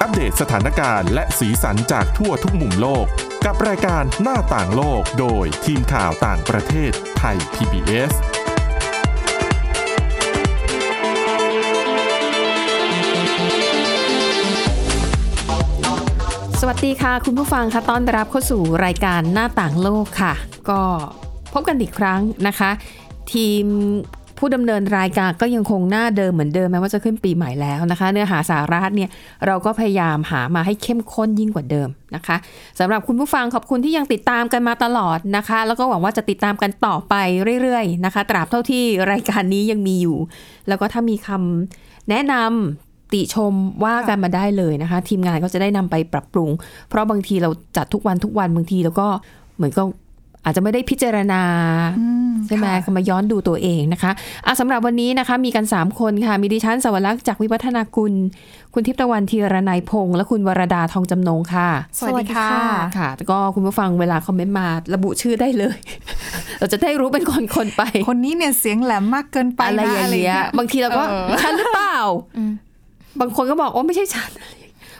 อัปเดตสถานการณ์และสีสันจากทั่วทุกมุมโลก กับรายการหน้าต่างโลกโดยทีมข่าวต่างประเทศไทย PBS สวัสดีค่ะ คุณผู้ฟังคะต้อนรับเข้าสู่รายการหน้าต่างโลกค่ะ ก็พบกันอีกครั้งนะคะ ทีมผู้ดำเนินรายการก็ยังคงหน้าเดิมเหมือนเดิมแม้ว่าจะขึ้นปีใหม่แล้วนะคะ เนื้อหาสาระเนี่ยเราก็พยายามหามาให้เข้มข้นยิ่งกว่าเดิมนะคะสำหรับคุณผู้ฟังขอบคุณที่ยังติดตามกันมาตลอดนะคะ แล้วก็หวังว่าจะติดตามกันต่อไปเรื่อยๆนะคะ ตราบเท่าที่รายการนี้ยังมีอยู่ แล้วก็ถ้ามีคำแนะนำ ติชมว่ากันมาได้เลยนะคะ ทีมงานก็จะได้นำไปปรับปรุง เพราะบางทีเราจัดทุกวันทุกวันบางทีแล้วก็เหมือนก็อาจจะไม่ได้พิจารณา ใช่ไหมก็มาย้อนดูตัวเองนะคะอ่ะสำหรับวันนี้นะคะ มีกัน 3 คนค่ะ มีดิฉันสวรักษ์จากวิวัฒนากุล คุณทิพย์ตะวันธีรนัยพงษ์และคุณวรดาทองจำนงค่ะ สวัสดีค่ะ ค่ะแล้วก็คุณผู้ฟังเวลาคอมเมนต์มาระบุชื่อได้เลย เราจะได้รู้เป็นคนๆไป คนนี้เนี่ยเสียงแหลมมากเกินไป อะไร น อย่างเงี้ยบางทีเราก็ ออ ฉันหรือเปล่า บางคนก็บอกโอ้ไม่ใช่ฉัน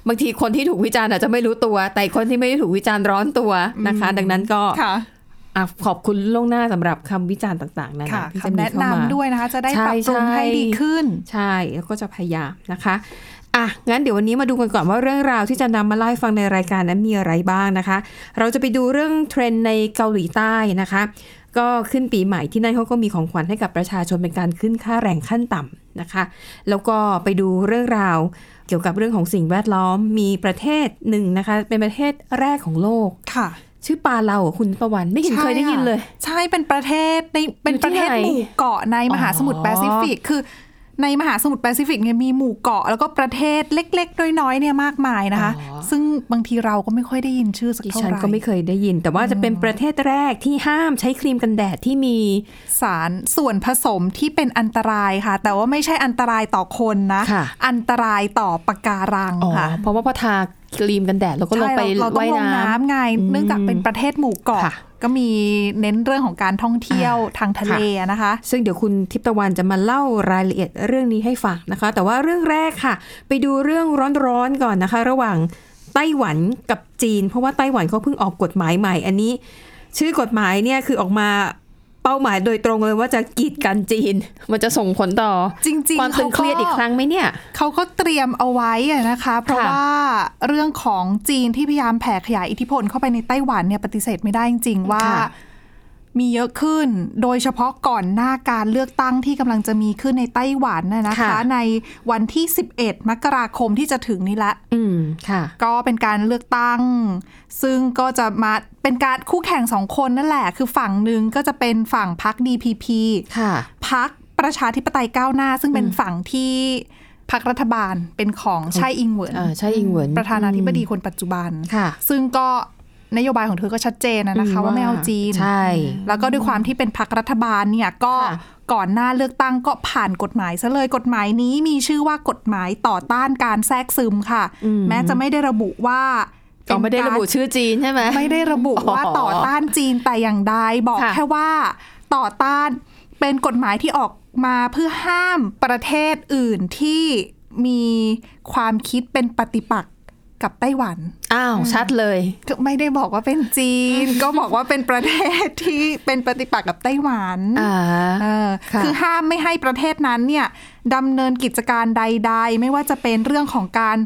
บางทีคนที่ถูกวิจารณ์อาจจะไม่รู้ตัว แต่คนที่ไม่ได้ถูกวิจารณ์ร้อนตัวนะคะ ดังนั้นก็ ค่ะ อ่ะขอบคุณล่วงหน้าสำหรับคำวิจารณ์ต่างๆนะ ค่ะ ที่ คำ มี แนะ เข้ามาน ำด้วยนะคะ จะได้ปรับปรุงให้ดีขึ้น ใช่แล้วก็จะพยายามนะคะอ่ะงั้นเดี๋ยววันนี้มาดูกันก่อนว่าเรื่องราวที่จะนำมาเล่าให้ฟังในรายการนั้นมีอะไรบ้างนะคะ เราจะไปดูเรื่องเทรนด์ในเกาหลีใต้นะคะ ก็ขึ้นปีใหม่ที่นั่นเขาก็มีของขวัญให้กับประชาชนเป็นการขึ้นค่าแรงขั้นต่ำนะคะ แล้วก็ไปดูเรื่องราวเกี่ยวกับเรื่องของสิ่งแวดล้อมมีประเทศหนึ่งนะคะ เป็นประเทศแรกของโลก ค่ะ ชื่อปาเลาเหรอคุณประวันไม่เห็นเคยได้ยินเลย ใช่เป็นประเทศในเป็นประเทศ อยู่ที่ไหน หมู่เกาะในมหาสมุทรแปซิฟิก คือ ในมหาสมุทรแปซิฟิกเนี่ยมีหมู่เกาะ แล้วก็ประเทศเล็กๆ น้อยๆเนี่ยมากมายนะคะ อ๋อ ซึ่งบางทีเราก็ไม่ค่อยได้ยินชื่อสัก ดิ เท่า ฉัน ไหร่ ก็ไม่เคยได้ยิน แต่ว่าจะเป็นประเทศแรกที่ห้ามใช้ครีมกันแดดที่มี สารส่วนผสมที่เป็นอันตรายค่ะ แต่ว่าไม่ใช่อันตรายต่อคนนะ ค่ะ อันตรายต่อปะการัง อ๋อ ค่ะ เพราะว่าพอทาครีมกันแดดแล้วก็ลงไป ใช่เราเราต้อ ว่าย งลง น้ำ น้ำไง เนื่องจากเป็นประเทศหมู่เกาะ ค่ะ ก็มีเน้นเรื่องของการท่องเที่ยว อ่า ทางทะเลนะคะ ซึ่งเดี๋ยวคุณทิพย์ตะวันจะมาเล่ารายละเอียดเรื่องนี้ให้ฟังนะคะ แต่ว่าเรื่องแรกค่ะ ไปดูเรื่องร้อนๆก่อนนะคะ ระหว่างไต้หวันกับจีน เพราะว่าไต้หวันเขาเพิ่งออกกฎหมายใหม่ อันนี้ ชื่อกฎหมายเนี่ยคือออกมาเป้าหมายโดยตรงเลยว่าจะกีดกันจีน มันจะส่งผลต่อ จริงๆ ความตึงเครียด เขาก็ อีกครั้งไหมเนี่ย เขาก็เตรียมเอาไว้อะนะคะ เพราะ ค่ะ ว่าเรื่องของจีนที่พยายามแผ่ขยายอิทธิพลเข้าไปในไต้หวันเนี่ยปฏิเสธไม่ได้จริงๆว่า ค่ะ มีเยอะขึ้น โดยเฉพาะก่อนหน้าการเลือกตั้งที่กำลังจะมีขึ้นในไต้หวันน่ะนะคะ ค่ะ ในวันที่ 11 มกราคมที่จะถึงนี้ละ อืมค่ะ ก็เป็นการเลือกตั้ง ซึ่งก็จะมาเป็นการคู่แข่งสองคนนั่นแหละ คือฝั่งหนึ่งก็จะเป็นฝั่งพรรค DPP ค่ะ พรรคประชาธิปไตยก้าวหน้า ซึ่งเป็นฝั่งที่พรรครัฐบาลเป็นของไช่อิงเหวิน อ่าใช่อิงเหวิน ประธานาธิบดีคนปัจจุบัน ค่ะ ซึ่งก็นโยบายของเธอก็ชัดเจนนะนะคะ ว่าไม่เอาจีน ใช่ แล้วก็ด้วยความที่เป็นพรรครัฐบาลเนี่ยก็ ค่ะ ก่อนหน้าเลือกตั้งก็ผ่านกฎหมายซะเลยกฎหมายนี้มีชื่อว่ากฎหมายต่อต้านการแทรกซึมค่ะ แม้จะไม่ได้ระบุว่า อ๋อไม่ได้ เป็น ระบุชื่อจีนใช่ไหม ไม่ได้ระบุ อ๋อ ว่าต่อต้านจีนแต่อย่างใดบอก ค่ะ แค่ว่าต่อต้านเป็นกฎหมายที่ออกมาเพื่อห้ามประเทศอื่นที่มีความคิดเป็นปฏิปักษ์กับไต้หวัน อ้าวชัดเลย ก็ไม่ได้บอกว่าเป็นจีน ก็บอกว่าเป็นประเทศที่เป็นปฏิปักษ์กับไต้หวัน อ่า เออ ค่ะ คือห้ามไม่ให้ประเทศนั้นเนี่ยดำเนินกิจการใด ๆ ไม่ว่าจะเป็นเรื่องของการ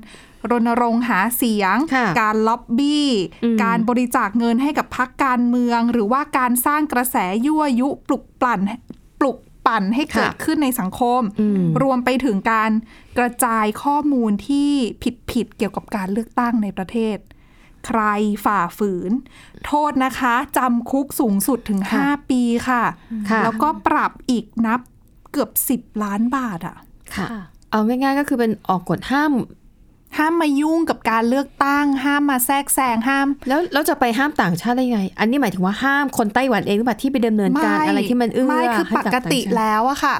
รณรงค์หาเสียง ค่ะ การล็อบบี้ อืม การบริจาคเงินให้กับพรรคการเมือง หรือว่าการสร้างกระแสยั่วยุปลุกปั่นปลุกปั่นให้เกิดขึ้นในสังคม อืม รวมไปถึงการกระจายข้อมูลที่ผิดๆเกี่ยวกับการเลือกตั้งในประเทศ ใครฝ่าฝืน โทษนะคะจำคุกสูงสุดถึง ค่ะ 5 ปีค่ะ ค่ะ แล้วก็ปรับอีกนับเกือบ 10 ล้านบาทอะ ค่ะ เอาง่ายๆก็คือเป็นออกกฎห้าม ห้ามมายุ่งกับการเลือกตั้ง ห้ามมาแทรกแซงห้าม แล้วเราจะไปห้ามต่างชาติได้ไง อันนี้หมายถึงว่าห้ามคนไต้หวันเองหรือเปล่าที่ไปดำเนินการอะไรที่มันเอื้อ ไม่คือ ให้ ป บาง ก ชา ติแล้วอะค่ะ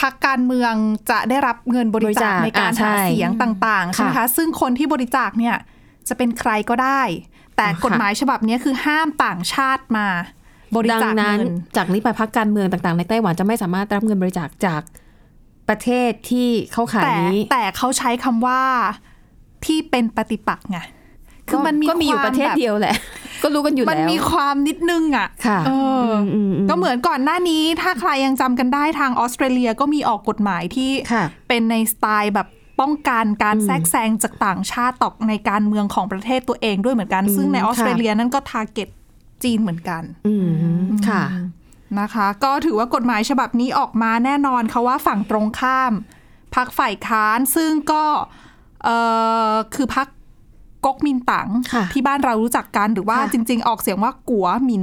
พักการเมืองจะได้รับเงินบริ บริ จา จา ค ค ในการ อ่าใช่ หาเสียงต่างๆใช่ไหม ค่ะ คะซึ่งคนที่บริจาคเนี่ยจะเป็นใครก็ได้ แต่กฎหมายฉบับเนี้ยคือห้ามต่างชาติมา บริ ดั จาค งนั้น เงิน จากนี้ไปพักการเมืองต่างๆ ในไต้หวันจะไม่สามารถรับเงินบริจาคจากประเทศที่เข้าขาย แต่ นี้ แต่เขาใช้คำว่า ที่เป็นปฏิปักษ์ไงคือมันมี ก็มีอยู่ ควา ประเทศ แบบ เดียวแหละ ก็รู้กันอยู่ มัน แล้ว มีความนิดนึงอ่ะ ค่ะ เอออ มอืม ก็เหมือนก่อนหน้านี้ถ้าใครยังจำกันได้ทางออสเตรเลียก็มีออกกฎหมายที่ ค่ะ เป็นในสไตล์แบบป้องกันการ อืม แทรกแซงจากต่างชาติตอกในการเมืองของประเทศตัวเองด้วยเหมือนกัน อืม ซึ่งในออสเตร ค่ะ เลียนั่นก็ทาร์เก็ตจีนเหมือนกัน อืมค่ะ นะคะ ก็ถือว่ากฎหมายฉบับนี้ออกมาแน่นอนค่ะว่าฝั่งตรงข้ามพักฝ่ายค้านซึ่งก็เอ่อคือพักก๊กมินตัง ค่ะ ที่บ้านเรารู้จักกันหรือว่า ค่ะ จริง ๆ ออกเสียงว่ากัวมิน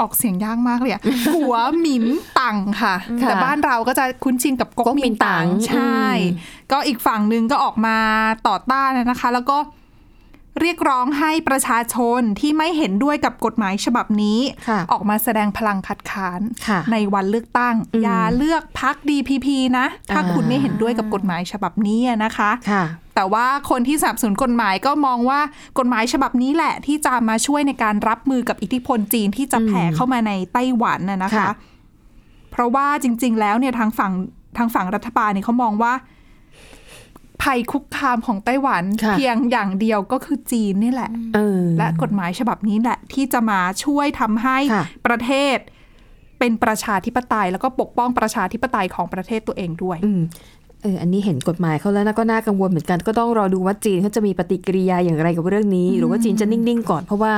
ออกเสียงยากมาก เลยอะ กัวมินตังค่ะ ค่ะ แต่บ้านเราก็จะคุ้นชินกับก๊ก ก๊กมิ มิ น น ตั๋ ตั ง งใช่ อืม ก็อีกฝั่งหนึ่งก็ออกมาต่อต้านนะคะ แล้วก็เรียกร้องให้ประชาชนที่ไม่เห็นด้วยกับกฎหมายฉบับนี้ ค่ะ ออกมาแสดงพลังคัดค้าน ค่ะ ในวันเลือกตั้ง อืม อย่าเลือกพัก DPP นะ ถ้า อ่า คุณไม่เห็นด้วยกับกฎหมายฉบับนี้นะคะ ค่ะ แต่ว่าคนที่สนับสนุนกฎหมายก็มองว่ากฎหมายฉบับนี้แหละที่จะมาช่วยในการรับมือกับอิทธิพลจีนที่จะแผ่เข้ามาในไต้หวันนะนะคะ ค่ะ เพราะว่าจริง ๆ แล้วเนี่ยทางฝั่งทางฝั่งรัฐบาลเนี่ยเขามองว่า ภัยคุกคามของไต้หวัน ค่ะ เพียงอย่างเดียวก็คือจีนนี่แหละ เออ และกฎหมายฉบับนี้แหละ ที่จะมาช่วยทำให้ ค่ะ ประเทศเป็นประชาธิปไตย แล้วก็ปกป้องประชาธิปไตยของประเทศตัวเองด้วย อืมเอออันนี้เห็นกฎหมายเขาแล้วนะก็น่ากังวลเหมือนกันก็ต้องรอดูว่าจีนเขาจะมีปฏิกิริยาอย่างไรกับเรื่องนี้ หรือว่าจีนจะนิ่งๆก่อน เพราะว่า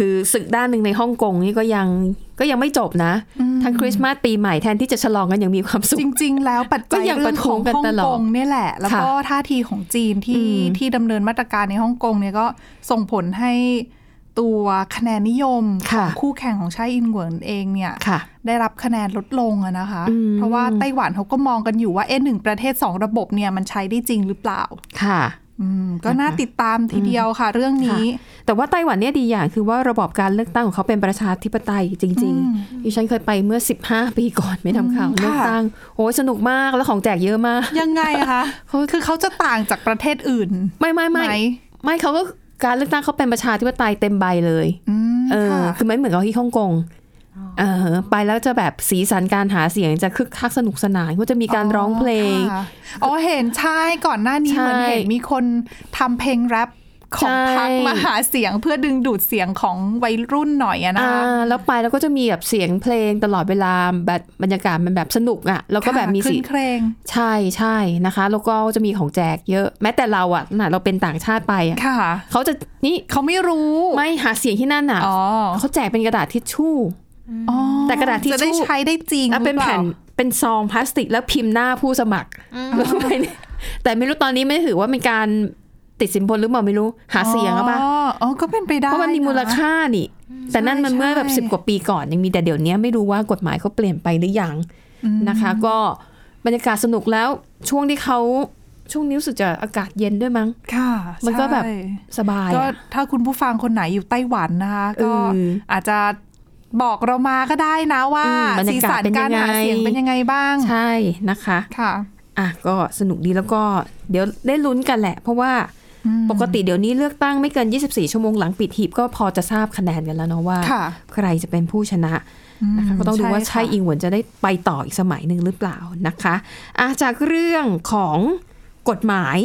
คือศึกด้านหนึ่งในฮ่องกงนี่ก็ยังก็ยังไม่จบนะ ทั้งคริสต์มาสปีใหม่แทนที่จะฉลองกันอย่างมีความสุข จริง ๆ แล้วปัจจัย ก็ยัง เรื่องของ ประท้วงกัน ฮ่อง ตล ก อด งเนี่ยแหละ แล้วก็ท่าทีของจีนที่ อืม ที่ดำเนินมาตรการในฮ่องกงเนี่ยก็ส่งผลให้ตัวคะแนนนิยมข ค่ะ องคู่แข่งของไชาอินเหวินเองเนี่ย ค่ะ ได้รับคะแนนลดลงอะนะคะ อืม เพราะว่าไต้หวันเขาก็มองกันอยู่ว่าเอ๊ะหนึ่งประเทศสองระบบเนี่ยมันใช้ได้จริงหรือเปล่า ค่ะ อืมก็น่าติดตามทีเดียวค่ะ เรื่องนี้ แต่ว่าไต้หวันเนี่ยดีอย่างคือว่าระบอบการเลือกตั้งของเขาเป็นประชาธิปไตยจริง อืม ๆดิฉันเคยไปเมื่อ 15 ปีก่อนไม่ทำข่าว อืมค่ะ เลือกตั้งโอ้ยสนุกมากแล้วของแจกเยอะมาก ยังไงอะคะคือเขาจะต่างจากประเทศอื่น ไม่ไม่ ไหม ไม่ไม่เขาก็การเลือกตั้งเขาเป็นประชาธิปไตยเต็มใบเลย อืม เออ ค่ะ คือไม่เหมือนกับที่ฮ่องกงเออไปแล้วจะแบบสีสันการหาเสียงจะคึกคักสนุกสนานก็จะมีการร้องเพลง ค่ะอ๋อเห็นใช่ก่อนหน้านี้ ใช่ เหมือนเห็นมีคนทำเพลงแรปของ ใช่ พักมาหาเสียงเพื่อดึงดูดเสียงของวัยรุ่นหน่อยอะนะ อ่า คะ แล้วไปแล้วก็จะมีแบบเสียงเพลงตลอดเวลาแบบบรรยากาศมันแบบสนุกอ่ะแล้วก็แบบมี ค่ะค สี ลื่นเครง ใช่ใช่นะคะ แล้วก็จะมีของแจกเยอะ แม้แต่เราอ่ะขนาดเราเป็นต่างชาติไปอ่ะ ค่ะ เขาจะนี่ เขาไม่รู้ ไม่หาเสียงที่นั่นอ่ะ อ๋อ เขาแจกเป็นกระดาษทิชชู่ อ๋อ แต่กระดาษทิชชู่ จะได้ใช้ได้จริง แล้วเป็น หรือ แผ่น ล่า เป็นซองพลาสติกแล้วพิมพ์หน้าผู้สมัครลงไปเนี่ยแต่ไม่รู้ตอนนี้ไม่ได้ถือว่าเป็นการติดสินบนหรือเปล่าไม่รู้หาเสียงหรือเปล่า อ๋ออ๋อ ก็เป็นไปได้ เพราะมันมีมูล นะ ค่านี่ แต่นั่นมัน ใช่ เมื่อแบบ ใช่ สิบกว่าปีก่อนยังมีแต่เดี๋ยวนี้ไม่รู้ว่ากฎหมายเขาเปลี่ยนไปหรือยังนะคะ ก็บรรยากาศสนุกแล้วช่วงที่เขาช่วงนี้รู้สึกจะอากาศเย็นด้วยมั้ง ค่ะ มันก็แบบ ใช่ สบาย ก็ อะ ถ้าคุณผู้ฟังคนไหนอยู่ไต้หวันนะคะ ก็ เออ อาจจะบอกเรามาก็ได้นะว่า อืมบรร สี ยากา สั ศ น เป็นยั การ งไง หาเสียงเป็นยังไงบ้าง ใช่นะคะ ค่ะ อ่ะก็สนุกดีแล้วก็เดี๋ยวได้ลุ้นกันแหละ เพราะว่า อืม ปกติเดี๋ยวนี้เลือกตั้งไม่เกิน 24 ชั่วโมงหลังปิดหีบก็พอจะทราบคะแนนกันแล้วเนาะว่า ค่ะ ใครจะเป็นผู้ชนะนะคะ ก็ต้องดูว่าใช่อิงหวนจะได้ไปต่ออีกสมัยหนึ่งหรือเปล่านะคะอะจากเรื่องของกฎหมาย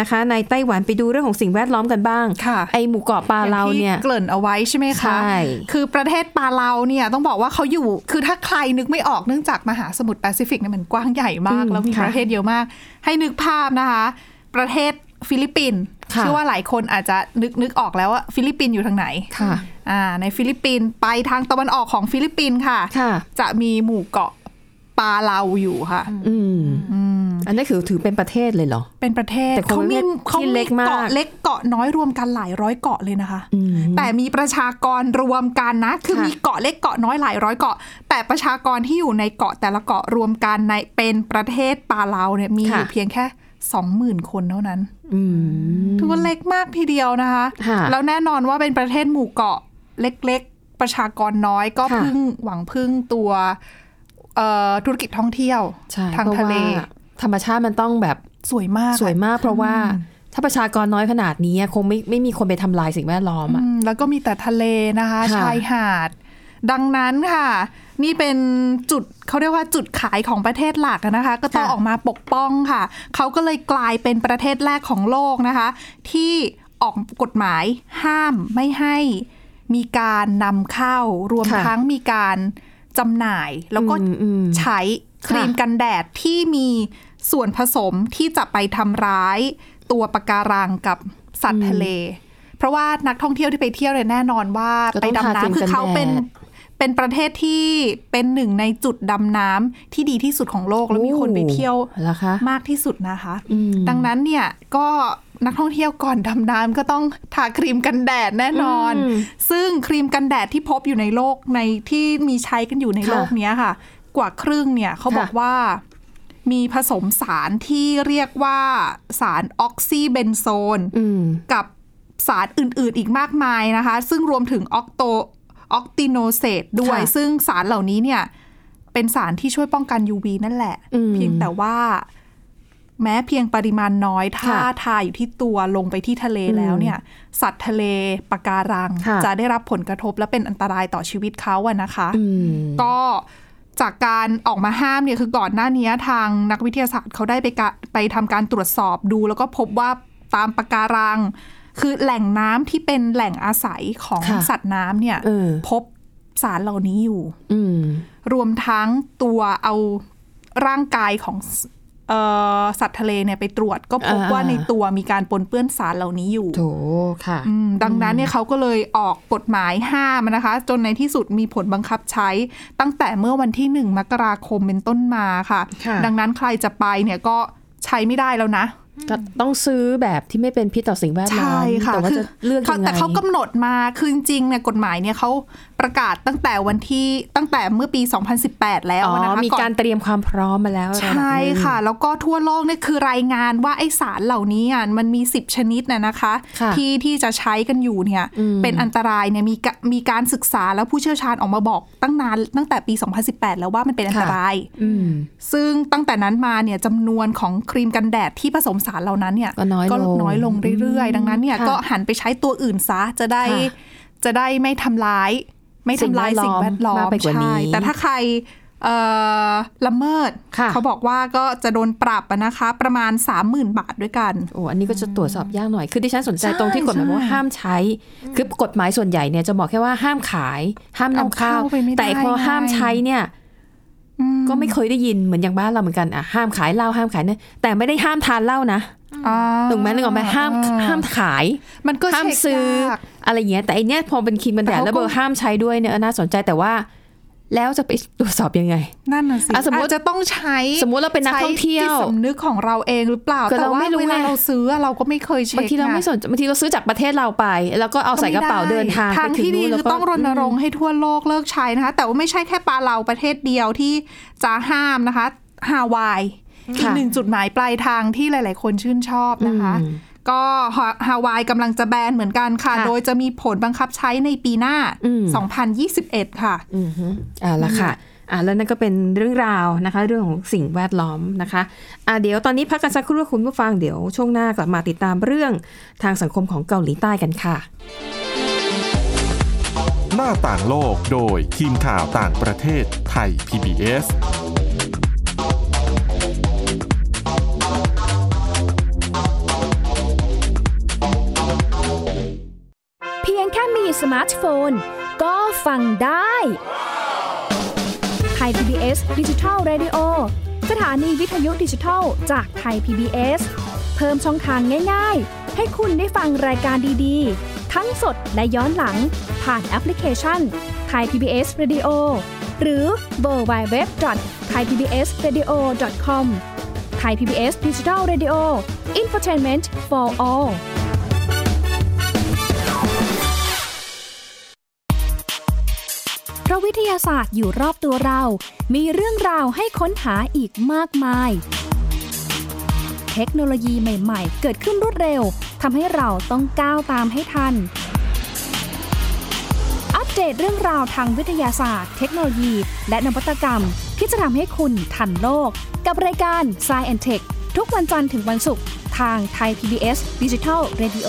นะคะ ในไต้หวันไปดูเรื่องของสิ่งแวดล้อมกันบ้าง ค่ะ ไอหมู่เกาะปลาเราเนี่ย องที่เกริ่นเอาไว้ใช่ไหมคะ ใช่ คือประเทศปาเราเนี่ยต้องบอกว่าเขาอยู่ คือถ้าใครนึกไม่ออกเนื่องจากมหาสมุทรแปซิฟิกเนี่ยมันกว้างใหญ่มาก อืม แล้วมี ค่ะ ประเทศเยอะมาก ให้นึกภาพนะคะ ประเทศฟิลิปปินส์ ค่ะ เชื่อว่าหลายคนอาจจะนึกนึกออกแล้วว่าฟิลิปปินส์อยู่ทางไหน ค่ะ อ่าในฟิลิปปินส์ไปทางตะวันออกของฟิลิปปินส์ค่ะ ค่ะ จะมีหมู่เกาะปาเราอยู่ค่ะ อืมอันนี้คือถือเป็นประเทศเลยเหรอ เป็นประเทศ แต่คง เขา เป็นประเท มี ศที่ เขา เล็ มี กมาก เกาะเล็กเกาะน้อยรวมกันหลายร้อยเกาะเลยนะคะ อืม แต่มีประชากรรวมกันนะ คือ ค่ะ มีเกาะเล็กเกาะน้อยหลายร้อยเกาะ แต่ประชากรที่อยู่ในเกาะแต่ละเกาะรวมกันในเป็นประเทศปาเลาเนี่ยมีอยู่เพียงแค่สองหมื่นคนเท่านั้น อืม ถือว่าเล็กมากทีเดียวนะคะ ค่ะ แล้วแน่นอนว่าเป็นประเทศหมู่เกาะเล็กๆ ประชากรน้อยก็ ค่ะ พึ่งหวังพึ่งตัวเอ่อธุรกิจท่องเที่ยว ใช่ ทาง พร ทะเล ว่าธรรมชาติมันต้องแบบ สวยมาก สวยมาก เพราะว่าถ้าประชากรน้อยขนาดนี้อะคงไม่ไม่มีคนไปทำลายสิ่งแวดล้อม อื อะ มแล้วก็มีแต่ทะเลนะคะ ค่ะ ชายหาด ดังนั้นค่ะ นี่เป็นจุดเขาเรียกว่าจุดขายของประเทศหลักอะนะคะ ก็ต้อง ค่ะ ออกมาปกป้องค่ะ เขาก็เลยกลายเป็นประเทศแรกของโลกนะคะ ที่ออกกฎหมายห้ามไม่ให้มีการนำเข้ารวม ค่ะ ทั้งมีการจำหน่าย แล้วก็ อืมอืม ใช้ครีม ค่ะ กันแดดที่มีส่วนผสมที่จะไปทำร้าย ตัวปะการังกับสัตว์ทะเล เพราะว่านักท่องเที่ยวที่ไปเที่ยวเนี่ยแน่นอนว่า ก็ ไป ต้องทาคดำรีม น้ำคื กัน อ แดด เขาเป็นเป็นประเทศที่เป็นหนึ่งในจุดดำน้ำที่ดีที่สุดของโลกแล้วมีคนไปเที่ยว แล้วคะ มากที่สุดนะคะ อืม ดังนั้นเนี่ยก็นักท่องเที่ยวก่อนดำน้ำก็ต้องทาครีมกันแดดแน่นอน อืม ซึ่งครีมกันแดดที่พบอยู่ในโลกในที่มีใช้กันอยู่ใน ค่ะ โลกเนี้ยค่ะ กว่าครึ่งเนี่ยเขา ค่ะ บอกว่ามีผสมสารที่เรียกว่าสารออกซิเบนโซน อืม กับสารอื่น ๆ อีกมากมายนะคะ ซึ่งรวมถึงออกโตออกติโนเซตด้วย ค่ะ ซึ่งสารเหล่านี้เนี่ย เป็นสารที่ช่วยป้องกัน UV นั่นแหละ อืม เพียงแต่ว่า แม้เพียงปริมาณน้อย ถ้า ค่ะ ทาอยู่ที่ตัวลงไปที่ทะเล อืม แล้วเนี่ย สัตว์ทะเลปะการัง ค่ะ จะได้รับผลกระทบและเป็นอันตรายต่อชีวิตเขาอะนะคะ อืม ก็จากการออกมาห้ามเนี่ยคือก่อนหน้านี้ทางนักวิทยาศาสตร์เขาได้ไปกะไปทำการตรวจสอบดู แล้วก็พบว่าตามปะการัง คือแหล่งน้ำที่เป็นแหล่งอาศัยของ ค่ะ สัตว์น้ำเนี่ย เออ พบสารเหล่านี้อยู่ อืม รวมทั้งตัวเอาร่างกายของสเอ่อสัตว์ทะเลเนี่ยไปตรวจ ก็พบ อ่า ว่าในตัวมีการปนเปื้อนสารเหล่านี้อยู่ โถค่ะ อืมดังนั้นเนี่ยเขาก็เลยออกกฎหมายห้ามนะคะ จนในที่สุดมีผลบังคับใช้ตั้งแต่เมื่อวันที่ 1 มกราคมเป็นต้นมาค่ะ ค่ะ ดังนั้นใครจะไปเนี่ยก็ใช้ไม่ได้แล้วนะ ก็ต้องซื้อแบบที่ไม่เป็นพิษต่อสิ่งแวดล้อม ใช่ค่ะ แต่ว่าจะเลือก ขา ยังไง แต่เขากำหนดมาคือจริงๆเนี่ยกฎหมายเนี่ยเขาประกาศตั้งแต่วันที่ตั้งแต่เมื่อปี 2018 แล้ว อ๋อ นะคะ มี ก่อน การเตรียมความพร้อมมาแล้ว ใช่ค่ะ แล้วก็ทั่วโลกเนี่ยคือรายงานว่าไอสารเหล่านี้อ่ะมันมี 10 ชนิดนะนะคะ ค่ะ ที่ที่จะใช้กันอยู่เนี่ยเป็นอันตรายเนี่ยมีกะมีการศึกษาแล้วผู้เชี่ยวชาญออกมาบอกตั้งนานตั้งแต่ปี 2018 แล้วว่ามันเป็นอันต ค่ะ ราย อืม ซึ่งตั้งแต่นั้นมาเนี่ยจำนวนของครีมกันแดดที่ผสมสารเหล่านั้นเนี่ย ก็น้อยลง น้อยลงเรื่อยๆ ดังนั้นเนี่ย ค่ะ ก็หันไปใช้ตัวอื่นซะจะได้ ค่ะ จะได้ไม่ทำร้าย ไม่ทำลาย สิ่ สิ่ ง ง แว แว ด ด ล้ ล้ อ อ ม ม มากไปกว่านี้ ใช่แต่ถ้าใครเอ่อละเมิด ค่ะ เขาบอกว่าก็จะโดนปรับอะนะคะ ประมาณ 30,000 บาทด้วยกัน โอ้อันนี้ก็จะตรวจสอบยากหน่อย คือที่ฉันสนใจตรงที่กฎหมายบอกว่าห้ามใช้ คือกฎหมายส่วนใหญ่เนี่ยจะบอกแค่ว่าห้ามขาย ห้ามนำเข้า เอาเข้าไปไม่ได้ แต่พอ ไง ห้ามใช้เนี่ย อืม ก็ไม่เคยได้ยินเหมือนอย่างบ้านเราเหมือนกันอ่ะห้ามขายเหล้าห้ามขายเนี่ยแต่ไม่ได้ห้ามทานเหล้านะ อ่า ถูกไหมนึกออกไหมห้ามห้ามขาย มันก็ ห้าม เช็ค ซื้อ ยาก อะไรอย่างเงี้ยแต่อันเนี้ยพอเป็นครีมกันแดด แต่เขาก็ แล้วเบอร์ห้ามใช้ด้วยเนี่ยเออน่าสนใจแต่ว่า แล้วจะไปตรวจสอบยังไง นั่นน่ะสิ อ่ะสมมุติ อาจจะต้องใช้ สมมุติเราเป็นนักท่องเที่ยว ใช้จิตสำนึกของเราเองหรือเปล่า คือ แต่ เรา ว่า ไม่รู้ เวลา ไง เราซื้อเราก็ไม่เคยเช็ค บางทีเราไม่สนใจบางทีเราซื้อจากประเทศเราไป แล้วก็เอาใส่กระเป๋าเดินทาง ทาง ไปถึ ที่ ง ดี นู่นแล้วคือ ก็ ต้องรณรงค์ให้ทั่วโลกเลิกใช้นะคะ แต่ว่าไม่ใช่แค่ปลาเราประเทศเดียวที่จะห้ามนะคะฮาวายอีก ค่ะ หนึ่งจุดหมายปลายทางที่หลาย ๆ คนชื่นชอบนะคะ อืม ก็ฮาวายกำลังจะแบนเหมือนกันค่ะ ค่ะ โดยจะมีผลบังคับใช้ในปีหน้า อืม 2021 ค่ะ อือฮึเอ่าละค่ะอ่าแล้วนั่นก็เป็นเรื่องราวนะคะ เรื่องของสิ่งแวดล้อมนะคะอ่าเดี๋ยวตอนนี้พักกันสักครู่คุณผู้ฟังเดี๋ยวช่วงหน้ากลับมาติดตามเรื่องทางสังคมของเกาหลีใต้กันค่ะ หน้าต่างโลกโดยทีมข่าวต่างประเทศไทย PBS เพียงแค่มีสมาร์ทโฟน ก็ฟังได้ไทย PBS ดิจิทัล Radio สถานีวิทยุดิจิทัลจากไทย PBS เพิ่มช่องทางง่ายๆ ให้คุณได้ฟังรายการดีๆ ทั้งสดและย้อนหลัง ผ่านแอปพลิเคชันไทย PBS Radio หรือเวอร์ไบเว็บไทยพีบีเอสเรดิโอคอมไทยพีบีเอสดิจิทัลเรดิโออินฟอร์ทนเมนต์ for all เพราะวิทยาศาสตร์อยู่รอบตัวเรา มีเรื่องราวให้ค้นหาอีกมากมาย เทคโนโลยีใหม่ๆ เกิดขึ้นรวดเร็ว ทำให้เราต้องก้าวตามให้ทัน อัปเดตเรื่องราวทางวิทยาศาสตร์ เทคโนโลยี และนวัตกรรม ที่จะทำให้คุณทันโลก กับรายการ s c i e n d Tech ทุกวันจันทร์ถึงวันศุกร์ทางไทย PBS Digital Radio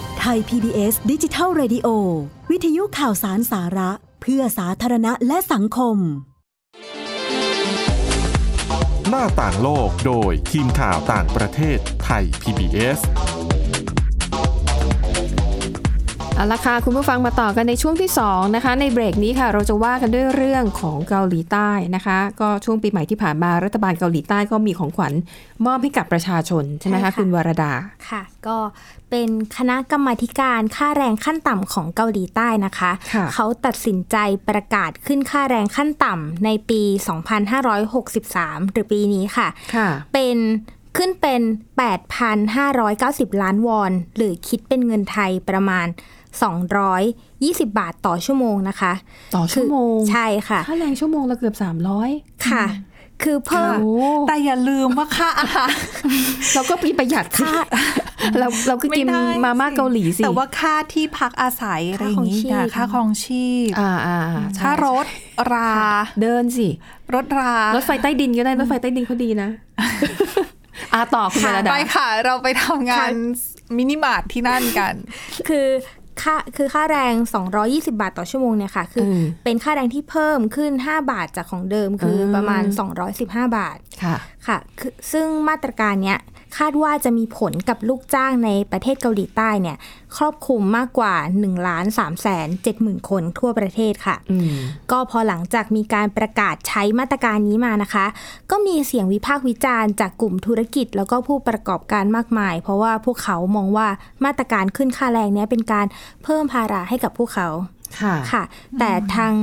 ไทย PBS ดิจิทัล Radio วิทยุข่าวสารสาระ เพื่อสาธารณะและสังคม หน้าต่างโลกโดยทีมข่าวต่างประเทศไทย PBS เอาละค่ะคุณผู้ฟังมาต่อกันในช่วงที่สองนะคะในเบรกนี้ค่ะ เราจะว่ากันด้วยเรื่องของเกาหลีใต้นะคะ ก็ช่วงปีใหม่ที่ผ่านมารัฐบาลเกาหลีใต้ก็มีของขวัญมอบให้กับประชาชนใช่ไหม ใช่ คะ ค่ะ คุณวรดา ค่ะ ก็เป็นคณะกรรมาธิการค่าแรงขั้นต่ำของเกาหลีใต้นะคะ ค่ะ เขาตัดสินใจประกาศขึ้นค่าแรงขั้นต่ำในปี 2563 หรือปีนี้ค่ะ ค่ะ เป็นขึ้นเป็น 8,590 ล้านวอน หรือคิดเป็นเงินไทยประมาณ 220 บาทต่อชั่วโมงนะคะ ต่อชั่วโมง คือใช่ค่ะ ค่าแรงชั่วโมงละเกือบ 300 ค่ะ คือเพิ่ม โอ้ แต่อย่าลืมว่าค่าอาหาร เราก็มีประหยัดค่ะ เราเราก็กิน ไได้ มาม่าเกาหลีสิ แต่ว่าค่าที่พักอาศัยอะไรอย่างนี้นะ ค่า ค่า ค ค ร ร อ อง ง ชี ชีพ อ่าอ่าอ่าใช่ ค่ารถรา เดินสิ รถราร ถไฟใต้ดินก็ได้รถไฟใต้ดินเขาดี นะ อ่าต่อคุณวรดา ไปค่ะ เราไปทำงานมินิมาร์ทที่นั่นกัน คือค่าคือค่าแรง 220 บาทต่อชั่วโมงเนี่ยค่ะ คืออ ม เป็นค่าแรงที่เพิ่มขึ้น 5 บาทจากของเดิมคืออ ม ประมาณ 215 บาท ค่ะ ค่ะคือซึ่งมาตรการเนี้ยคาดว่าจะมีผลกับลูกจ้างในประเทศเกาหลีใต้เนี่ยครอบคลุมมากกว่า1ล้าน3แสน70,000 คนทั่วประเทศค่ะ อืม ก็พอหลังจากมีการประกาศใช้มาตรการนี้มานะคะ ก็มีเสียงวิพากษ์วิจารณ์จากกลุ่มธุรกิจ แล้วก็ผู้ประกอบการมากมาย เพราะว่าพวกเขามองว่ามาตรการขึ้นค่าแรงเนี้ยเป็นการเพิ่มภาระให้กับพวกเขา ค่ะ ค่ะ แต่ทาง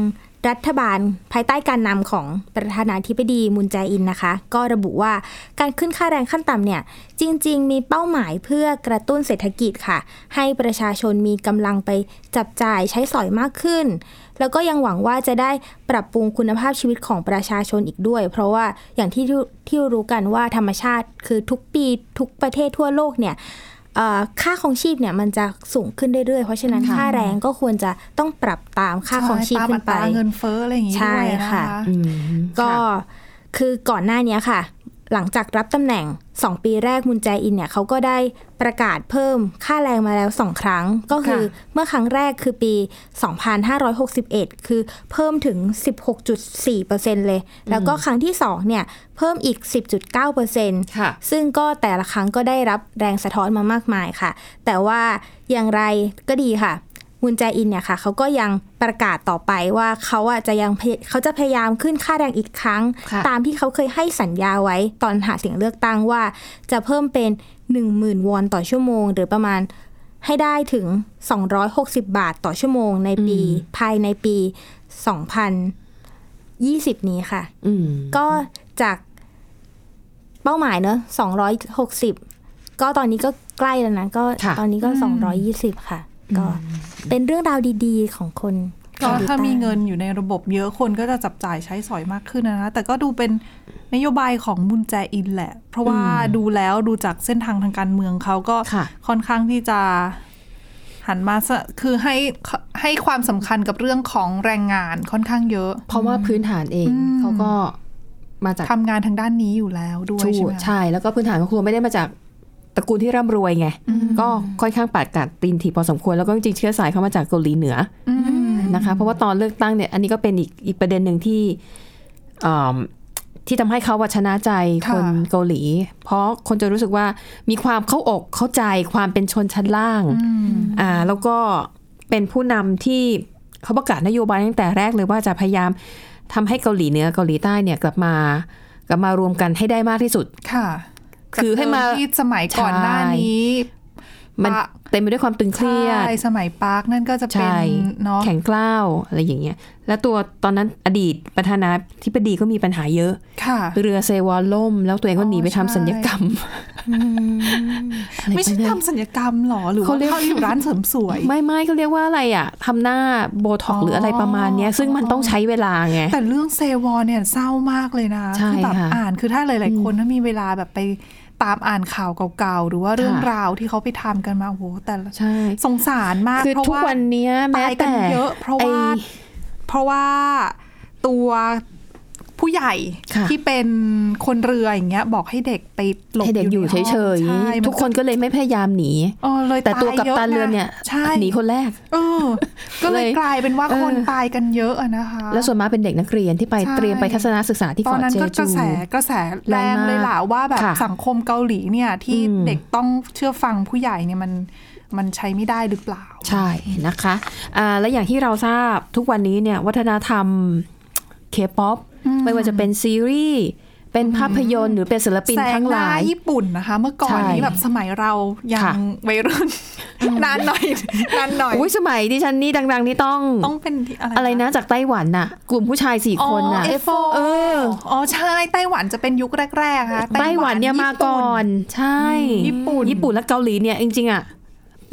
รัฐบาลภายใต้การนำของประธานาธิบดีมุนแจอินนะคะ ก็ระบุว่าการขึ้นค่าแรงขั้นต่ำเนี่ยจริง ๆ มีเป้าหมายเพื่อกระตุ้นเศรษฐกิจค่ะ ให้ประชาชนมีกำลังไปจับจ่ายใช้สอยมากขึ้น แล้วก็ยังหวังว่าจะได้ปรับปรุงคุณภาพชีวิตของประชาชนอีกด้วย เพราะว่าอย่างที่ที่ที่รู้กันว่าธรรมชาติคือทุกปีทุกประเทศทั่วโลกเนี่ยเอ่อค่าของชีพเนี่ยมันจะสูงขึ้นเรื่อยๆ เพราะฉะนั้น ค่ะ ค่าแรงก็ควรจะต้องปรับตามค่าของชีพ ใตาม ขึ้ อั น ต ไป ราเงินเฟ้ออะไรอย่างงี้ ใช่ ด้วยนะ ค่ะ คะ อืม ก็ ค่ะ คือก่อนหน้าเนี้ยค่ะ หลังจากรับตำแหน่ง 2 ปีแรกมุนแจอินเนี่ยเขาก็ได้ประกาศเพิ่มค่าแรงมาแล้ว 2 ครั้ง ก็คือเมื่อครั้งแรกคือปี 2561 คือเพิ่มถึง 16.4%เลย แล้วก็ครั้งที่ 2 เนี่ย เพิ่มอีก 10.9% ค่ะ ซึ่งก็แต่ละครั้งก็ได้รับแรงสะท้อนมามากมายค่ะ แต่ว่าอย่างไรก็ดีค่ะมุนแจอินเนี่ยค่ะเขาก็ยังประกาศต่อไปว่าเขาอะจะยังพยเขาจะพยายามขึ้นค่าแรงอีกครั้ง ค่ะ ตามที่เขาเคยให้สัญญาไว้ตอนหาเสียงเลือกตั้งว่า จะเพิ่มเป็น 10,000 วอนต่อชั่วโมง หรือประมาณให้ได้ถึง 260 บาทต่อชั่วโมงในปีภายในปี 2020 นี้ค่ะ อืม ก็จากเป้าหมายเนอะ260 ก็ตอนนี้ก็ใกล้แล้วนะ ก็ ค่ะ ตอนนี้ก็ 220 ค่ะ ก็เป็นเรื่องราวดีๆของคน ก็ เกาหลี ถ้ามี ใต้ เงินอยู่ในระบบเยอะคนก็จะจับจ่ายใช้สอยมากขึ้นนะนะ แต่ก็ดูเป็นนโยบายของมุนแจอินแหละ เพราะว่าดูแล้วดูจากเส้นทางทางการเมืองเขาก็ ค่ะ ค่อนข้างที่จะหันมาสคือให้ให้ความสำคัญกับเรื่องของแรงงานค่อนข้างเยอะ เพราะว่าพื้นฐานเอง อืม เขาก็มาจาก ทำงานทางด้านนี้อยู่แล้วด้วย ชู ใช่ไหมคะ ใช่ แล้วก็พื้นฐานของครัวไม่ได้มาจากตระกูลที่ร่ำรวยไง ก็ค่อนข้างปาดกัดตีนถีบพอสมควร แล้วก็จริงๆเชื้อสายเขามาจากเกาหลีเหนือ อืม อนะคะ เพราะว่าตอนเลือกตั้งเนี่ย อันนี้ก็เป็นอีกอีกประเด็นหนึ่งที่อ่ำที่ทำให้เขาวัชนะใจ ค่ะ คนเกาหลี เพราะคนจะรู้สึกว่ามีความเข้าอกเข้าใจความเป็นชนชั้นล่าง อืม อ่าแล้วก็เป็นผู้นำที่เขาประกาศนโยบายตั้งแต่แรกเลยว่าจะพยายามทำให้เกาหลีเหนือเกาหลีใต้เนี่ยกลับมากลับมารวมกันให้ได้มากที่สุด ค่ะ คือให้มา จากเดิที่สมัยก่อน ใช่ หน้านี้ มันเต็มไปด้วยความตึงเครียด ใช่สมัยปาร์คนั่นก็จะเป็น ใช่ เนาะ แข็งกล้าวอะไรอย่างเงี้ย แล้วตัวตอนนั้นอดีตประธานาธิบดีก็มีปัญหาเยอะ ค่ะ เรือเซวอลล่ม แล้วตัวเองก็หนีไปทำ อ๋อใช่ สัญญกรรมอะไร ไม่ใช่ ประาณ ทำสัญญกรรมหรอหรือ เขา ว่า เรียก เขาอยู่ร้านเสริมสวย ไม่ไม่เขาเรียกว่าอะไรอ่ะทำหน้าโบท็อกซ์อ๋อ หรืออะไรประมาณเนี้ย ซึ่งมันต้องใช้เวลาไง แต่เรื่องเซวอนเนี่ยเศร้ามากเลยนะ ใช่ คืแบบ ค่ะ อ่านคือถ้าหลาย ๆ คนถ้ามีเวลาแบบไปตามอ่านข่าวเก่าๆ หรือว่าเรื่อง ค่ะ ราวที่เขาไปทำกันมาโอ้โหแต่ละ ใช่ สงสารมาก คือ เพราะ ทุก ว่า วันเนี้ยแม้ ตายกัน แต่ เยอะเพราะว่า ไอ้ เพราะว่าตัวผู้ใหญ่ ค่ะ ที่เป็นคนเรืออย่างเงี้ย บอกให้เด็กไปหลบ ให้เด็กอยู่ ในห้ง เฉย ใช่มั ๆ ทุกคนก็เลยไม่พยายามหนี อ๋อเลย แต่ตัวกัป ยอะ ตันเรือนเนี่ย ใช่ หนีคนแรก เอ อก็เลย เลย กลายเป็นว่า เออ คนตายกันเยอะอะนะคะ แล้วส่วนมากเป็นเด็กนักเรียนที่ไป ใช่ เตรียมไปทัศนศึกษาที่ ตอน เกาะ นั้น เจ ก็ก จู ระแสกระแสแรง แรงมาก เลยล่ะว่าแบบ ค่ะ สังคมเกาหลีเนี่ยที่ อืม เด็กต้องเชื่อฟังผู้ใหญ่เนี่ยมันมันใช้ไม่ได้หรือเปล่า ใช่นะคะอ่าและอย่างที่เราทราบทุกวันนี้เนี่ยวัฒนธรรมเคป๊อป อืม ไม่ว่าจะเป็นซีรีส์เป็นภาพยนตร์หรือเป็นศิลปิน แซง ทั้งห น้ ลาย ญี่ปุ่นนะคะ เมื่อก่อน ใช่ นี้แบบสมัยเรายัง ค่ะ วัยรุ่น นาน หน่อยนานหน่อย อุ้ยสมัยดิฉันนี่ดัง ๆ นี่ต้อง ต้องเป็นที่ อะไรนะจากไต้หวันน่ะ กลุ่มผู้ชายสี่ อ๋อ คนน่ะ เอฟโฟ เออ อ๋อใช่ไต้หวันจะเป็นยุคแรกๆค่ะ ไต้หวันเนี่ยมาก่อ ญี่ปุ่ น ใช่ ญี่ปุ่น ญี่ปุ่นและเกาหลีเนี่ยจริงๆอ่ะ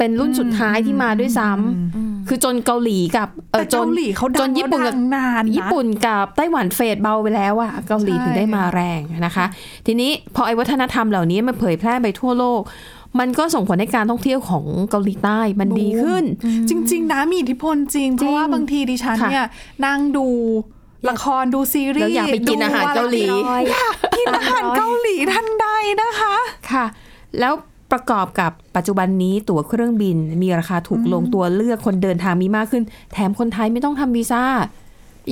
เป็นรุ่นสุดท้ายที่มาด้วยซ้ำคือจนเกาหลีกับเอ แต่ อจน เกาหลีเขาดัง จนญี่ปุ่น เขา กับ ดังนานนะ ญี่ปุ่นกับไต้หวันเฟดเบาไปแล้วอะเกาหลี ใช่ ถึงได้มาแรงนะคะ ทีนี้พอไอ้วัฒนธรรมเหล่านี้มันเผยแพร่ไปทั่วโลก มันก็ส่งผลให้การท่องเที่ยวของเกาหลีใต้มันดีขึ้น จริง ๆ นะมีอิทธิพลจริง เพราะว่าบางทีดิฉัน ค่ะ เนี่ยนั่งดูละครดูซีรี แล้ว ส์ อยากไปกินอาหารเกาหลี ดูอะไรอยากกินอาหารเกาหลีทันใดนะคะ ค่ะ แล้วประกอบกับปัจจุบันนี้ตั๋วเครื่องบินมีราคาถูกลงตัวเลือกคนเดินทางมีมากขึ้น แถมคนไทยไม่ต้องทำวีซ่า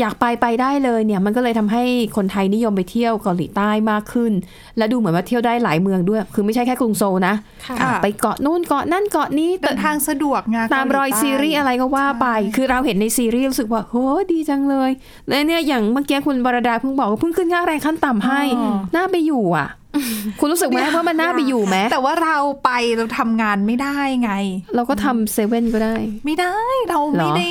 อยากไปไปได้เลยเนี่ย มันก็เลยทำให้คนไทยนิยมไปเที่ยวเกาหลีใต้มากขึ้น และดูเหมือนว่าเที่ยวได้หลายเมืองด้วย คือไม่ใช่แค่กรุงโซลนะ ค่ะ อ่ะไปเกาะนู่นเกาะนั่นเกาะนี้ เดินทางสะดวกไง ตามรอย เกหลีใต้ ซีรีส์อะไรก็ว่าไป คือเราเห็นในซีรีส์รู้สึกว่าโหดีจังเลย และเนี่ยอย่างเมื่อกี้คุณบรดาเพิ่งบอกว่าเพิ่งขึ้นค่าแรงขั้นต่ำให้ อ๋อ น่าไปอยู่ อ่ะ คุณรู้สึกไหมว่ามันน่าไปอยู่ไหม แต่ว่าเราไปเราทำงานไม่ได้ไง เราก็ทำเซเว่นก็ได้ ไม่ได้เราไม่ได้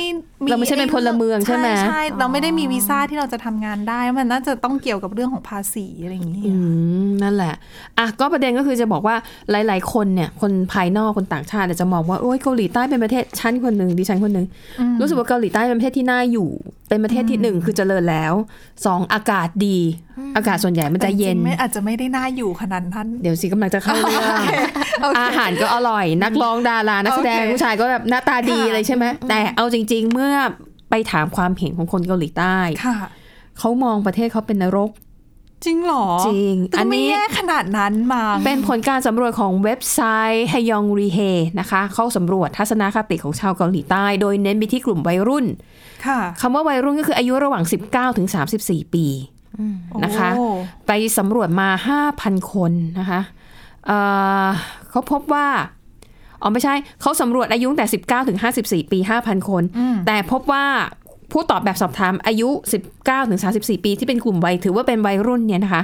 เราไม่ใช่เป็นพลเมืองใช่ไหม ใช่เราไม่ได้มีวีซ่าที่เราจะทำงานได้มันน่าจะต้องเกี่ยวกับเรื่องของภาษีอะไรอย่างนี้ อืมนั่นแหละ อ่ะก็ประเด็นก็คือจะบอกว่าหลาย ๆ คนเนี่ย คนภายนอกคนต่างชาติอาจจะมองว่าโอ้ยเกาหลีใต้เป็นประเทศชั้นคนหนึ่งดิฉันคนหนึ่งรู้สึกว่าเกาหลีใต้เป็นประเทศที่น่าอยู่ เป็นประเทศที่หนึ่งคือเจริญแล้วสองอากาศดี อากาศส่วนใหญ่มันจะเย็น แต่จริงๆไม่อาจจะไม่ได้น่าอยู่ขนาดนั้น เดี๋ยวสิกำลังจะเข้าเรื่อง โอเค อาหารก็อร่อย นักร้องดารานักแสดง โอเค ผู้ชายก็แบบหน้าตาดี ค่ะ อะไรใช่ไหมแต่เอาจริง ๆ เมื่อไปถามความเห็นของคนเกาหลีใต้ ค่ะ เขามองประเทศเขาเป็นนรก จริงเหรอ จริง แต่ อันนี้ ไม่แย่ขนาดนั้นมั้ง เป็นผลการสำรวจของเว็บไซต์ฮยองรีเฮนะคะเขาสำรวจทัศนคติของชาวเกาหลีใต้ โดยเน้นไปที่กลุ่มวัยรุ่น ค่ะ คำว่าวัยรุ่นก็คืออายุระหว่าง 19ถึง34 ปี นะคะ โอ้ ไปสำรวจมา 5,000 คนนะคะเอ่อเขาพบว่า อ๋อไม่ใช่ เขาสำรวจอายุตั้งแต่ 19ถึง54 ปี 5,000 คน แต่พบว่าผู้ตอบแบบสอบถามอายุ 19ถึง34 ปีที่เป็นกลุ่มวัยถือว่าเป็นวัยรุ่นเนี่ยนะคะ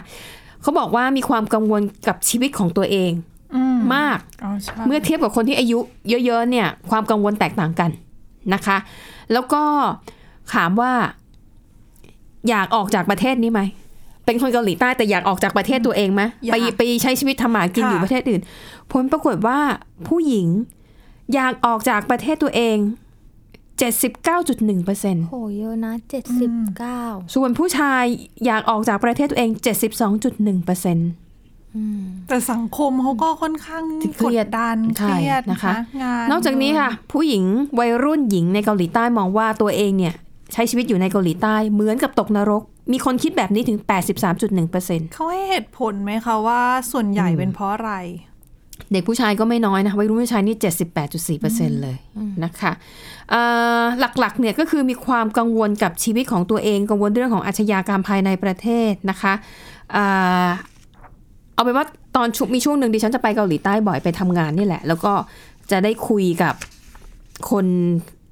เขาบอกว่ามีความกังวลกับชีวิตของตัวเอง อืม มาก อ๋อใช่ เมื่อเทียบกับคนที่อายุเยอะๆเนี่ยความกังวลแตกต่างกันนะคะ แล้วก็ถามว่า อยากออกจากประเทศนี้ไหม เป็นคนเกาหลีใต้แต่อยากออกจากประเทศตัวเองไหม อยาก ไปไปใช้ชีวิตทำหมากิน ค่ะ อยู่ประเทศอื่น ผลปรากฏว่าผู้หญิงอยากออกจากประเทศตัวเอง 79.1%เ โหเยอะนะเจ็ดสิบเก้า ส่วนผู้ชายอยากออกจากประเทศตัวเอง 72.1% แต่สังคมเขาก็ค่อนข้าง เครียด กดัน ใช่ เครียด นะคะ งาน นอกจากนี้ค่ะ ผู้หญิงวัยรุ่นหญิงในเกาหลีใต้มองว่าตัวเองเนี่ยใช้ชีวิตอยู่ในเกาหลีใต้เหมือนกับตกนรก มีคนคิดแบบนี้ถึง 83.1% เขาให้เหตุผลไหมคะว่าส่วนใหญ่เป็นเพราะอะไร เด็กผู้ชายก็ไม่น้อยนะวัยรุ่นผู้ชายนี่ 78.4%เลยนะคะเอ่อหลักๆเนี่ยก็คือมีความกังวลกับชีวิตของตัวเองกังวลเรื่องของอาชญากรรมภายในประเทศนะคะเอ่อเอาเป็นว่าตอนชุมีช่วงหนึ่งดิฉันจะไปเกาหลีใต้บ่อยไปทำงานนี่แหละ แล้วก็จะได้คุยกับ คน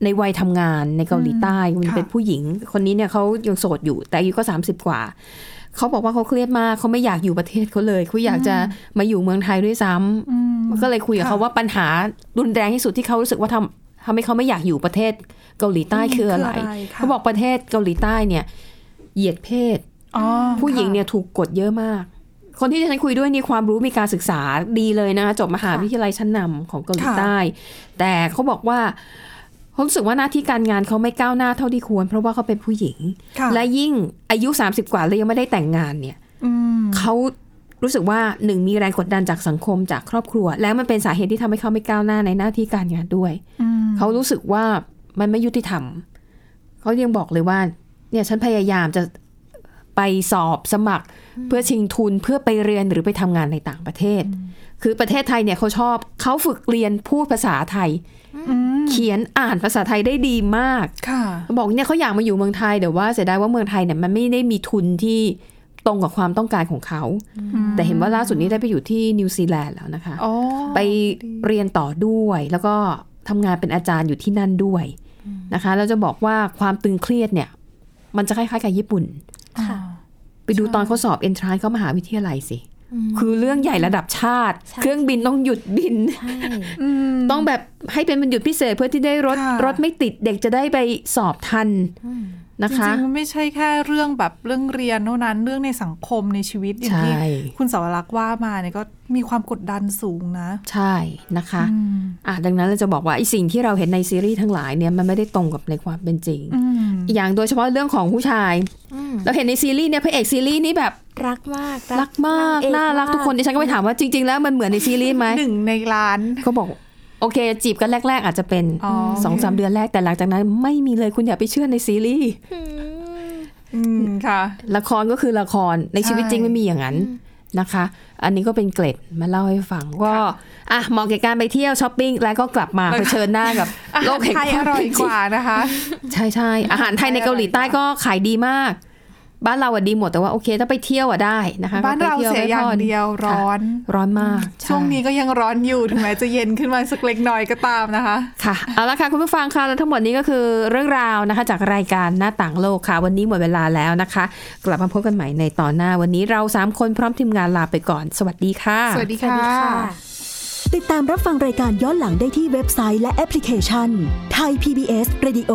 ในวัยทำงานในเกาหลีใต้มัน ค่ะ เป็นผู้หญิง คนนี้เนี่ยเขายังโสดอยู่ แต่อายุก็ 30 กว่า เขาบอกว่าเขาเครียดมากเขาไม่อยากอยู่ประเทศเขาเลยเขาอยากจะมาอยู่เมืองไทยด้วยซ้ำ ก็เลยคุยกับเขาว่าปัญหารุนแรงที่สุดที่เขารู้สึกว่าทำทำให้เขาไม่อยากอยู่ประเทศเกาหลีใต้ อืม คืออะไร คืออะไรค่ะ เขาบอกประเทศเกาหลีใต้เนี่ย เหยียดเพศ อ๋อ ผู้หญิง ค่ะ เนี่ยถูกกดเยอะมาก คนที่ที่ฉันคุยด้วยนี่ความรู้มีการศึกษาดีเลยนะคะจบมหาวิทยาลัยชั้นนำของเกาหลี ค่ะ ใต้ แต่เขาบอกว่าเขารู้สึกว่าหน้าที่การงานเขาไม่ก้าวหน้าเท่าที่ควร เพราะว่าเขาเป็นผู้หญิง ค่ะ และยิ่งอายุ 30 กว่าแล้วยังไม่ได้แต่งงานเนี่ย อืม เขารู้สึกว่าหนึ่งมีแรงกดดันจากสังคมจากครอบครัว แล้วมันเป็นสาเหตุที่ทำให้เขาไม่ก้าวหน้าในหน้าที่การงานด้วย อืม เขารู้สึกว่ามันไม่ยุติธรรม เขายังบอกเลยว่า เนี่ยฉันพยายามจะไปสอบสมัครเพื่อชิงทุนเพื่อไปเรียนหรือไปทำงานในต่างประเทศ คือประเทศไทยเนี่ยเขาชอบเขาฝึกเรียนพูดภาษาไทย อืม เขียนอ่านภาษาไทยได้ดีมาก ค่ะ บอกเนี่ยเขาอยากมาอยู่เมืองไทยแต่ว่าเสียดายว่าเมืองไทยเนี่ยมันไม่ได้มีทุนที่ตรงกับความต้องการของเขา แต่เห็นว่าล่าสุดนี้ได้ไปอยู่ที่นิวซีแลนด์แล้วนะคะ อ๋อ ไปเรียนต่อด้วยแล้วก็ทำงานเป็นอาจารย์อยู่ที่นั่นด้วยนะคะแล้วจะบอกว่าความตึงเครียดเนี่ย มันจะคล้ายๆกับญี่ปุ่น ค่ะ ไปดูตอนเขาสอบเอนทรานเข้ามหาวิทยาลัยสิ คือเรื่องใหญ่ระดับชาติ ใช่ เครื่องบินต้องหยุดบิน ใช่ ต้องแบบให้เป็นวันหยุดพิเศษเพื่อที่ได้รถ ค่ะ รถไม่ติดเด็กจะได้ไปสอบทันนะ จ คะ ริงๆมันไม่ใช่แค่เรื่องแบบเรื่องเรียนเท่านั้นเรื่องในสังคมในชีวิตอย่างที่ ใช่ คุณสาวรักษ์ว่ามาเนี่ยก็มีความกดดันสูงนะ ใช่นะคะอ่ะดังนั้นเราจะบอกว่าไอ้สิ่งที่เราเห็นในซีรีส์ทั้งหลายเนี่ยมันไม่ได้ตรงกับในความเป็นจริง อืม อีกอย่างโดยเฉพาะเรื่องของผู้ชาย เราเห็นในซีรีส์เนี่ยพระเอกซีรีส์นี่แบบ รักมาก รักมากน่ารักทุกคนดิฉันก็ไปถามว่าจริง ๆ แล้วมันเหมือนในซีรีส์ไหม หนึ่งในล้าน เขาบอกโอเค จีบกันแรก ๆ อาจจะเป็น อ๋อ สองสามเดือนแรกแต่หลังจากนั้นไม่มีเลยคุณอย่าไปเชื่อในซีรีส์ อืมค่ะ ละครก็คือละครในชีวิตจริงไม่มีอย่างนั้นนะคะ อันนี้ก็เป็นเกร็ดมาเล่าให้ฟังก็อ่ะเหมาะแก่การไปเที่ยวช้อปปิ้งแล้วก็กลั บมาเผชิญหน้ากับ อา โล หาร กแห่ง ไทย ควาอม ร่อย เป็นจ ก ริง ว่านะคะ ใช่ใช่อาหารไทยในเกาหลีใต้ก็ขายดีมาก บ้านเราอะดีหมดแต่ว่าโอเค ถ้าไปเที่ยวอะได้นะคะ บ้านเราเสียอย่างเดียวร้อน ร้อนมาก ช่วงนี้ก็ยังร้อนอยู่ถึงแม้จะเย็นขึ้นมาสักเล็กน้อยก็ตามนะคะ ค่ะเอาละค่ะคุณผู้ฟังค่ะและทั้งหมดนี้ก็คือเรื่องราวนะคะ จากรายการหน้าต่างโลกค่ะ วันนี้หมดเวลาแล้วนะคะ กลับมาพบกันใหม่ในตอนหน้าวันนี้เราสามคนพร้อมทีมงานลาไปก่อน สวัสดีค่ะ สวัสดีค่ะ ติดตามรับฟังรายการย้อนหลังได้ที่เว็บไซต์และแอปพลิเคชันไทย PBS Radio